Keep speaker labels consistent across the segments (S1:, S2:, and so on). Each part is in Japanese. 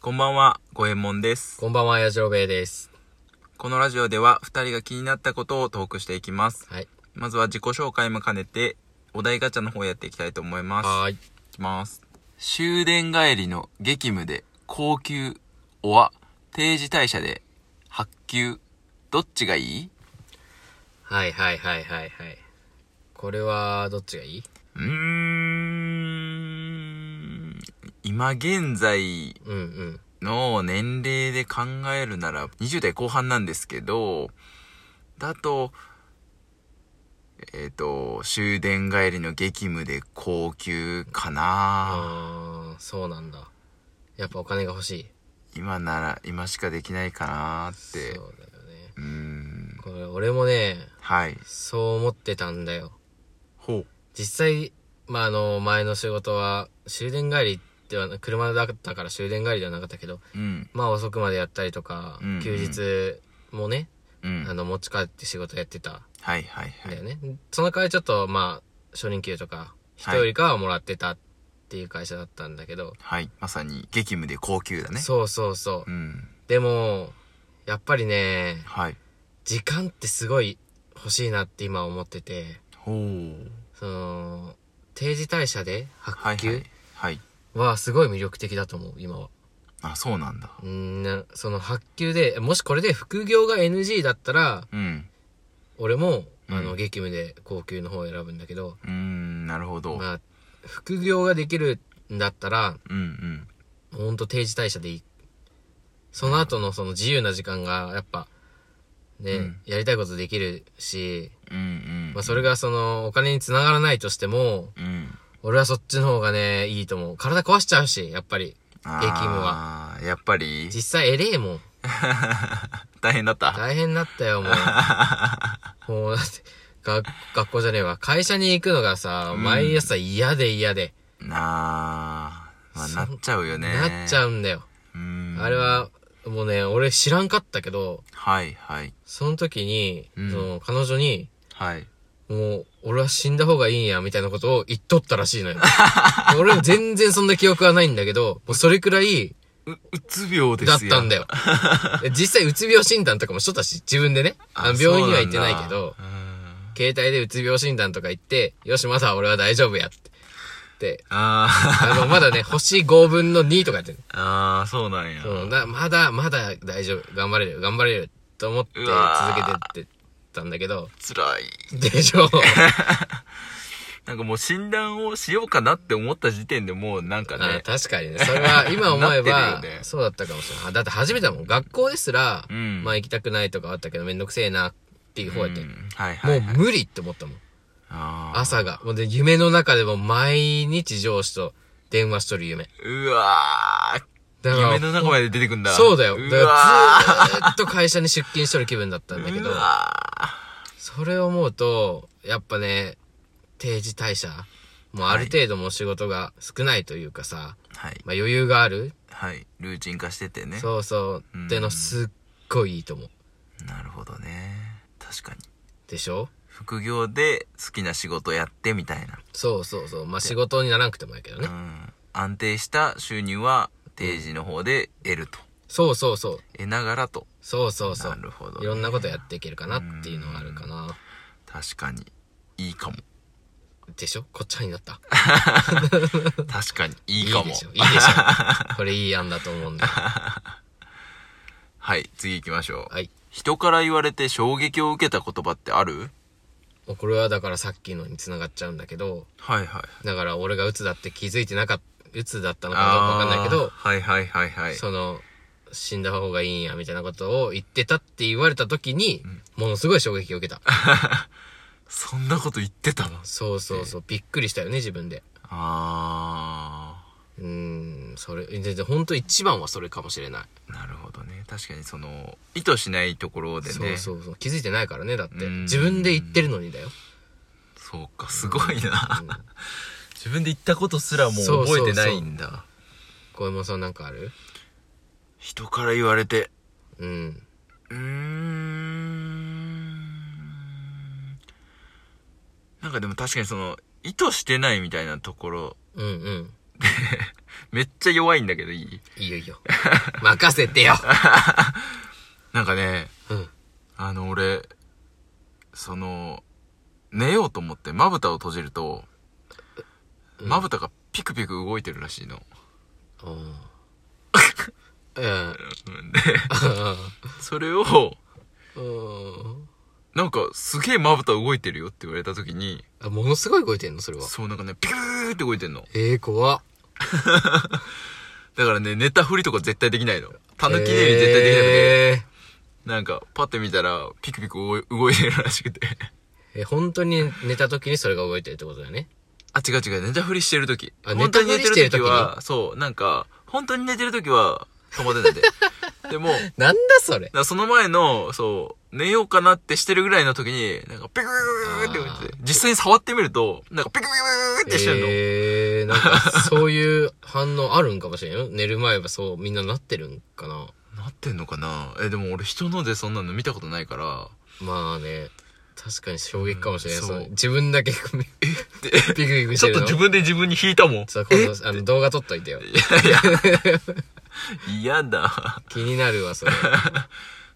S1: こんばんは、ごえもんです。
S2: こんばんは、やじろべえです。
S1: このラジオでは、二人が気になったことをトークしていきます。
S2: はい。
S1: まずは自己紹介も兼ねて、お題ガチャの方やっていきたいと思います。
S2: はーい。
S1: いきます。終電帰りの激務で、高級、おわ、定時退社で、発給、どっちがいい
S2: はいはいはいはいはい。これは、どっちがいいう
S1: ーん、今現在
S2: うんうん。
S1: の年齢で考えるなら20代後半なんですけどだとえっ、と終電帰りの激務で高級かな
S2: あー、そうなんだ。やっぱお金が欲しい。
S1: 今なら今しかできないかなっ
S2: そうだ
S1: て
S2: よね。
S1: うーん
S2: これ、俺もね、
S1: はい
S2: そう思ってたんだよ。
S1: ほう
S2: 実際、まあ、あの、前の仕事は、終電帰りではな、車だったから終電帰りではなかったけど、
S1: うん
S2: まあ、遅くまでやったりとか、
S1: うんうん
S2: 休日もね、
S1: うん
S2: あの、持ち帰って仕事やってた。
S1: はいはいは
S2: だよ
S1: い
S2: ね。その代わりちょっと、まあ、初任給とか、人よりかはもらってたっていう会社だったんだけど、
S1: はいまさに激務で高級だね
S2: そうそうそ
S1: う
S2: う。
S1: ん
S2: でも、やっぱりね、
S1: はい
S2: 時間ってすごい欲しいなって今思ってて、
S1: ほう
S2: その、定時退社で
S1: はい
S2: 発
S1: は
S2: 給
S1: いはい
S2: はすごい魅力的だと思う、今は。
S1: あそうなんだ
S2: うんな、その発給で、もしこれで副業が NG だったら、
S1: うん
S2: 俺も、あ
S1: う
S2: の、
S1: ん
S2: 激務で高級の方を選ぶんだけど、
S1: うーんなるほど、
S2: まあ、副業ができるんだったら、
S1: うんうん
S2: ほんと定時退社でいい。その後のその自由な時間が、やっぱ、ね、
S1: うん
S2: やりたいことできるし、
S1: うんうん
S2: まあそれがその、お金につながらないとしても、
S1: うん
S2: 俺はそっちの方がね、いいと思う。体壊しちゃうし、やっぱり。
S1: あ
S2: 激務
S1: はやっぱり
S2: 実際エレえもん。
S1: 大変だった
S2: 大変だったよ、もう。 もうだって、学、学校じゃねえわ。会社に行くのがさ、
S1: ん
S2: 毎朝嫌で嫌で、
S1: なあ、まあ、
S2: そ
S1: な
S2: う
S1: っちゃうよね
S2: なっちゃ
S1: う
S2: うんだよ。
S1: うん
S2: あれは、もうね、俺知らんかったけど、
S1: はいはい
S2: その時に、
S1: うん
S2: その、彼女に、
S1: はい
S2: もう、俺は死んだ方がいいんや、みたいなことを言っとったらしいのよ。俺は全然そんな記憶はないんだけど、もうそれくらいう
S1: うつ病です
S2: だ
S1: よ
S2: ったんだよ。実際、うつ病診断とかもしとったし、自分でね。あの病院には行ってないけど、
S1: そうなんだ
S2: 携帯でうつ病診断とか行って、よし、まだ俺は大丈夫やって。で、
S1: あ
S2: あの、まだね、星5分の2とかやってる。
S1: ー あーそうなんや
S2: そうなまだ、まだ大丈夫。頑張れるよ、頑張れるよ、と思って
S1: う
S2: 続
S1: わー
S2: けてってたんだけど、
S1: つらい
S2: でしょ。
S1: なんかもう診断をしようかなって思った時点でもうなんか
S2: あ
S1: ね
S2: 確かにね。それ は、今思
S1: なっ
S2: えば、
S1: てるよね
S2: そうだったかもしれないあ。だって初めてだもん。学校ですら、
S1: うん
S2: まあ行きたくないとかあったけど、めんどくせえなっていう方やって、
S1: うんはいはい、
S2: も
S1: は
S2: う
S1: い、
S2: 無理って思ったもん。
S1: あー
S2: 朝が。もうで、夢の中でも毎日上司と電話しとる夢。
S1: うわー
S2: だから、
S1: 夢の中まで出てくんだ
S2: そうだよ。だ
S1: うわ
S2: からずーっと会社に出勤しとる気分だったんだけ
S1: ー
S2: ど
S1: う、わ
S2: それを思うと、やっぱね、定時退社。もうある程度もう仕事が少ないというかさ、
S1: ーはい
S2: まあ余裕がある
S1: はいルーチン化しててね
S2: そうそうう。
S1: ん
S2: ってのすっごいいいと思う。
S1: なるほどね確かに
S2: でしょ
S1: 副業で好きな仕事やってみたいな、
S2: そうそうそう。まあ仕事にならなくてもやけど
S1: う
S2: ね。
S1: ん、安定した収入は定時の方で得ると
S2: そうそうそう。
S1: 得ながらと
S2: そうそうそう。
S1: なるほどね
S2: いろんなことやっていけるかなっていうのがあるかな。
S1: 確かにいいかも
S2: でしょこっちゃになった。
S1: 確かにいいかも
S2: でしょいいでしょこれいい案だと思う んだよ。
S1: はい次行きましょう、
S2: はい。
S1: 人から言われて衝撃を受けた言葉ってある
S2: もうこれはだからさっきのに繋がっちゃうんだけど、
S1: はいはい
S2: だから俺が鬱だって気づいてなかった、鬱だったのかどうかわ
S1: あ
S2: かんないけ
S1: ー
S2: ど、
S1: はいはいはいはい
S2: その、死んだ方がいいんや、みたいなことを言ってたって言われた時に、ものすごい衝撃を受けた。
S1: そんなこと言ってたの
S2: そうそうそう、びっくりしたよね、自分で。
S1: あ
S2: うーん、それ、全然、本当一番はそれかもしれない。
S1: ーなるほどね確かにその意図しないところでね
S2: そうそうそう。気づいてないからね、だって。
S1: うん
S2: 自分で言ってるのにだよ。
S1: そうか、すごいな。自分で言ったことすらもう覚えてないんだ。
S2: 小山さんなんかある
S1: 人から言われて、
S2: うん。
S1: うーん。なんかでも確かにその、意図してないみたいなところ
S2: うんうん。
S1: めっちゃ弱いんだけどいい
S2: いいよいい よ。任せてよ。
S1: なんかね、
S2: うん。
S1: あの、俺、その、寝ようと思ってまぶたを閉じると、
S2: うん
S1: まぶたがピクピク動いてるらしいの。
S2: うん。
S1: で、それを、
S2: うん。
S1: なんかすげえまぶた動いてるよって言われた時に、
S2: あ、ものすごい動いてんのそれは。
S1: そうなんかね、ピクーって動いてんの。
S2: ええー、怖っ。
S1: だからね、寝たふりとか絶対できないの。たぬき寝入り絶対できなくて、
S2: え
S1: なんかパッて見たらピクピク動い動いてるらしくて。
S2: ーえ、本当に寝た時にそれが動いてるってことだよね。
S1: あ、違う違う、寝たふりしてるとき。
S2: あ
S1: 本当に寝てるとき
S2: 寝たふ
S1: は、そう、なんか、本当に寝てるときは、止まって ないで。でも、だか
S2: なんだそれ。
S1: らその前の、そう、寝ようかなってしてるぐらいの時に、なんか、ピクーって言って
S2: あ、
S1: 実際に触ってみると、なんか、ピクーってしてるの。
S2: えー、なんか そういう反応あるんかもしれんよ。寝る前はそう、みんななってるんかな。
S1: なってんのかなえ、でも俺人のでそんなの見たことないから、
S2: まあね、確かに衝撃かもしれない。
S1: うん
S2: その
S1: そう
S2: 自分だけピクピクし
S1: ち
S2: て
S1: ょっと
S2: るの。
S1: 自分で自分に引いたもん。
S2: そう今度あの動画撮っといてよ。
S1: 嫌だ。
S2: 気になるわ、それ。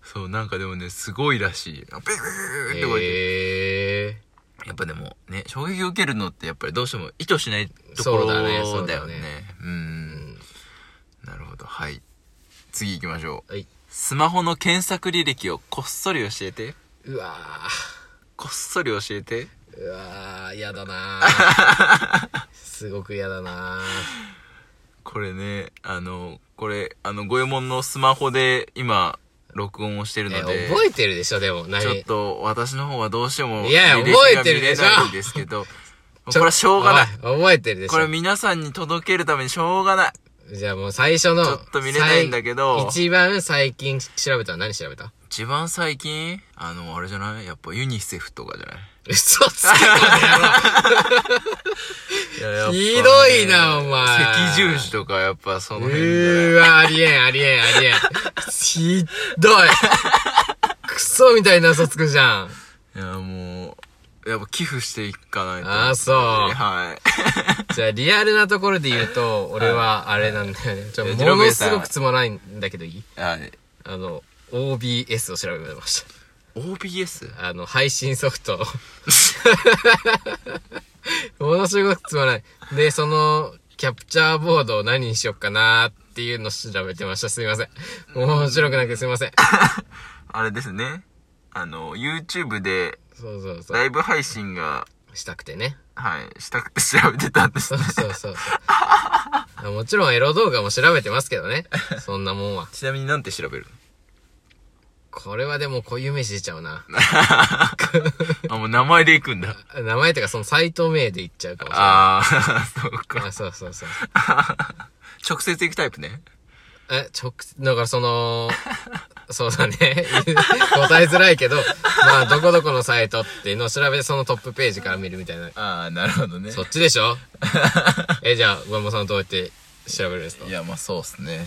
S1: そう、なんかでもね、すごいらしい。あピクーって動いてる。
S2: ええ
S1: やっぱでもね、衝撃を受けるのってやっぱりどうしても意図しないところ
S2: そう
S1: だ
S2: だ
S1: よね
S2: ね。そうだよね
S1: う。
S2: ー。うんん。
S1: なるほど。はい。次行きましょう。
S2: はい。
S1: スマホの検索履歴をこっそり教えて。
S2: うわ
S1: こっそり教えて。
S2: ー。うわー、やだなー。 すごくやだな
S1: これね、あの、これ、あの、ご右衛門のスマホで今、録音をしてる
S2: ー。
S1: の
S2: え、
S1: で、
S2: 覚えてるでしょ、でも。何
S1: ちょっと私の方はどうしても、
S2: いやい
S1: 履
S2: や
S1: 歴が
S2: 覚えてるでしょ
S1: 見れないんですけど、これはしょうがない。
S2: おい覚えてるでしょ。
S1: これ皆さんに届けるためにしょうがない。
S2: じゃあもう最初の。
S1: ちょっと見れないんだけど
S2: 最一番最近調べたの何調べた
S1: 一番最近、あの、あれじゃないやっぱユニセフとかじゃない
S2: 嘘つけこ
S1: いややっぱね
S2: ひどいなお前
S1: 赤十字とかやっぱその
S2: の野郎う
S1: 辺で。
S2: ーわ、ありえん、ありえん、ありえん。ひっどい。クソみたいな嘘つくじゃん。
S1: いや、もう、やっぱ寄付していかないと。
S2: あーそう
S1: はい。
S2: じゃあリアルなところで言うと、俺はあれなんだよね。ちょ、
S1: え
S2: も
S1: ジロベ
S2: の
S1: エさん
S2: すごくつまらないんだけどいい
S1: はい。
S2: あの、OBS を調べまし
S1: OBS?
S2: た。あの、配信ソフト。 ものすごくつまらない。で、その、キャプチャーボードを何にしよっかなーっていうのを調べてました。すいません。面白くなくてすいません。
S1: あれですね。あの、YouTube で
S2: そうそうそ
S1: ラ
S2: う。
S1: イブ配信が、
S2: したくてね。
S1: はい、したくて調べてたんです
S2: そう
S1: ね。
S2: そうそうそう。もちろんエロ動画も調べてますけどね。そんなもんは。
S1: ちなみになんて調べる
S2: これはでも固有名詞出ちゃうな。
S1: のあ、もう名前で行く んだ。
S2: 名前とかそのサイト名で言っちゃうかもしれな
S1: あー、 そう
S2: い。
S1: か。
S2: あそうそうそう。
S1: 直接行くタイプね。
S2: え、直接、だからその、そうだね。 答えづらいけど、まあ、どこどこのサイトっていうのを調べて、そのトップページから見るみたいな。
S1: あー、なるほどね
S2: そっちで しょえ、じゃあ、上山さんはどうやって調べるんですか
S1: いや、まあそうっすね。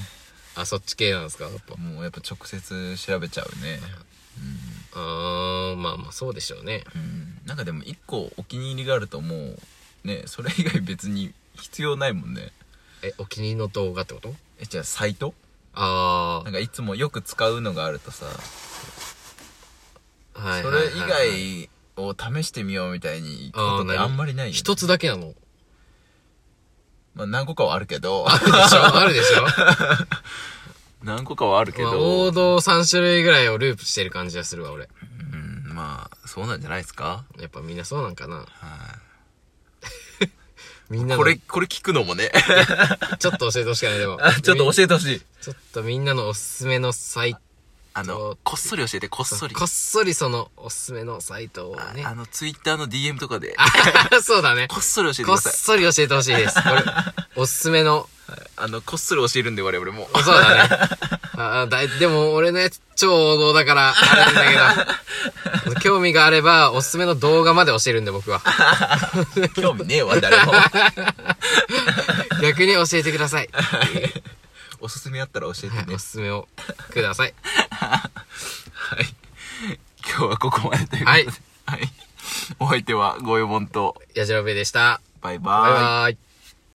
S2: あ、そっち系なんですかやっぱ
S1: もうやっぱ直接調べちゃうね。
S2: うーん、まあまあ、そうでしょうね。
S1: うん。なんかでも一個お気に入りがあるともう、ね、それ以外別に必要ないもんね。
S2: え、お気に入りの動画ってこと
S1: え、じゃあサイト
S2: あ
S1: なんかいつもよく使うのがあるとさ、
S2: あ、はい
S1: そ
S2: はい
S1: れ
S2: はいはい。
S1: 以外を試してみようみたいにことって
S2: あー
S1: あんまりないよね
S2: 一つだけなの。
S1: まあ何個かはあるけど、
S2: あるでしょあるでしょ
S1: 何個かはあるけ
S2: まあ王
S1: ど、
S2: 道3種類ぐらいをループしてる感じがするわ、俺。
S1: うん、まあ、そうなんじゃないですか
S2: やっぱみんなそうなんかな。
S1: は
S2: みん
S1: い
S2: な
S1: こ
S2: の
S1: れ、これ聞くのもね。
S2: ちょっと教えてほしくない、でも。
S1: あちょっと
S2: み
S1: 教えてほしい。
S2: ちょっとみんなのおすすめのサイ
S1: あの、こっそり教えて、こっそ
S2: ト。
S1: り。
S2: こっそりそのおすすめのサイトをね
S1: あ。の、ツイッターの DM とかで、
S2: そうだね。
S1: こっそり教えてく
S2: こっ
S1: ださい。
S2: そり教えてほしいです。これ、おすすめの。
S1: あの、こっそり教えるんで我々も。
S2: そうだね。ああだいでも俺のやつ超王道だから、あれなんだけど。 興味があれば、おすすめの動画まで教えるんで 僕は。
S1: 興味ねえわ、 誰も。
S2: 逆に教えてください。
S1: おすすめあったら教えて
S2: はい
S1: ね
S2: お。すすめをください。
S1: はい。今日はここまでということで。
S2: はい
S1: はい。お相手は、ごえぼんと、
S2: やじろべえでした。
S1: バイ
S2: バイ
S1: バイ。
S2: バイ。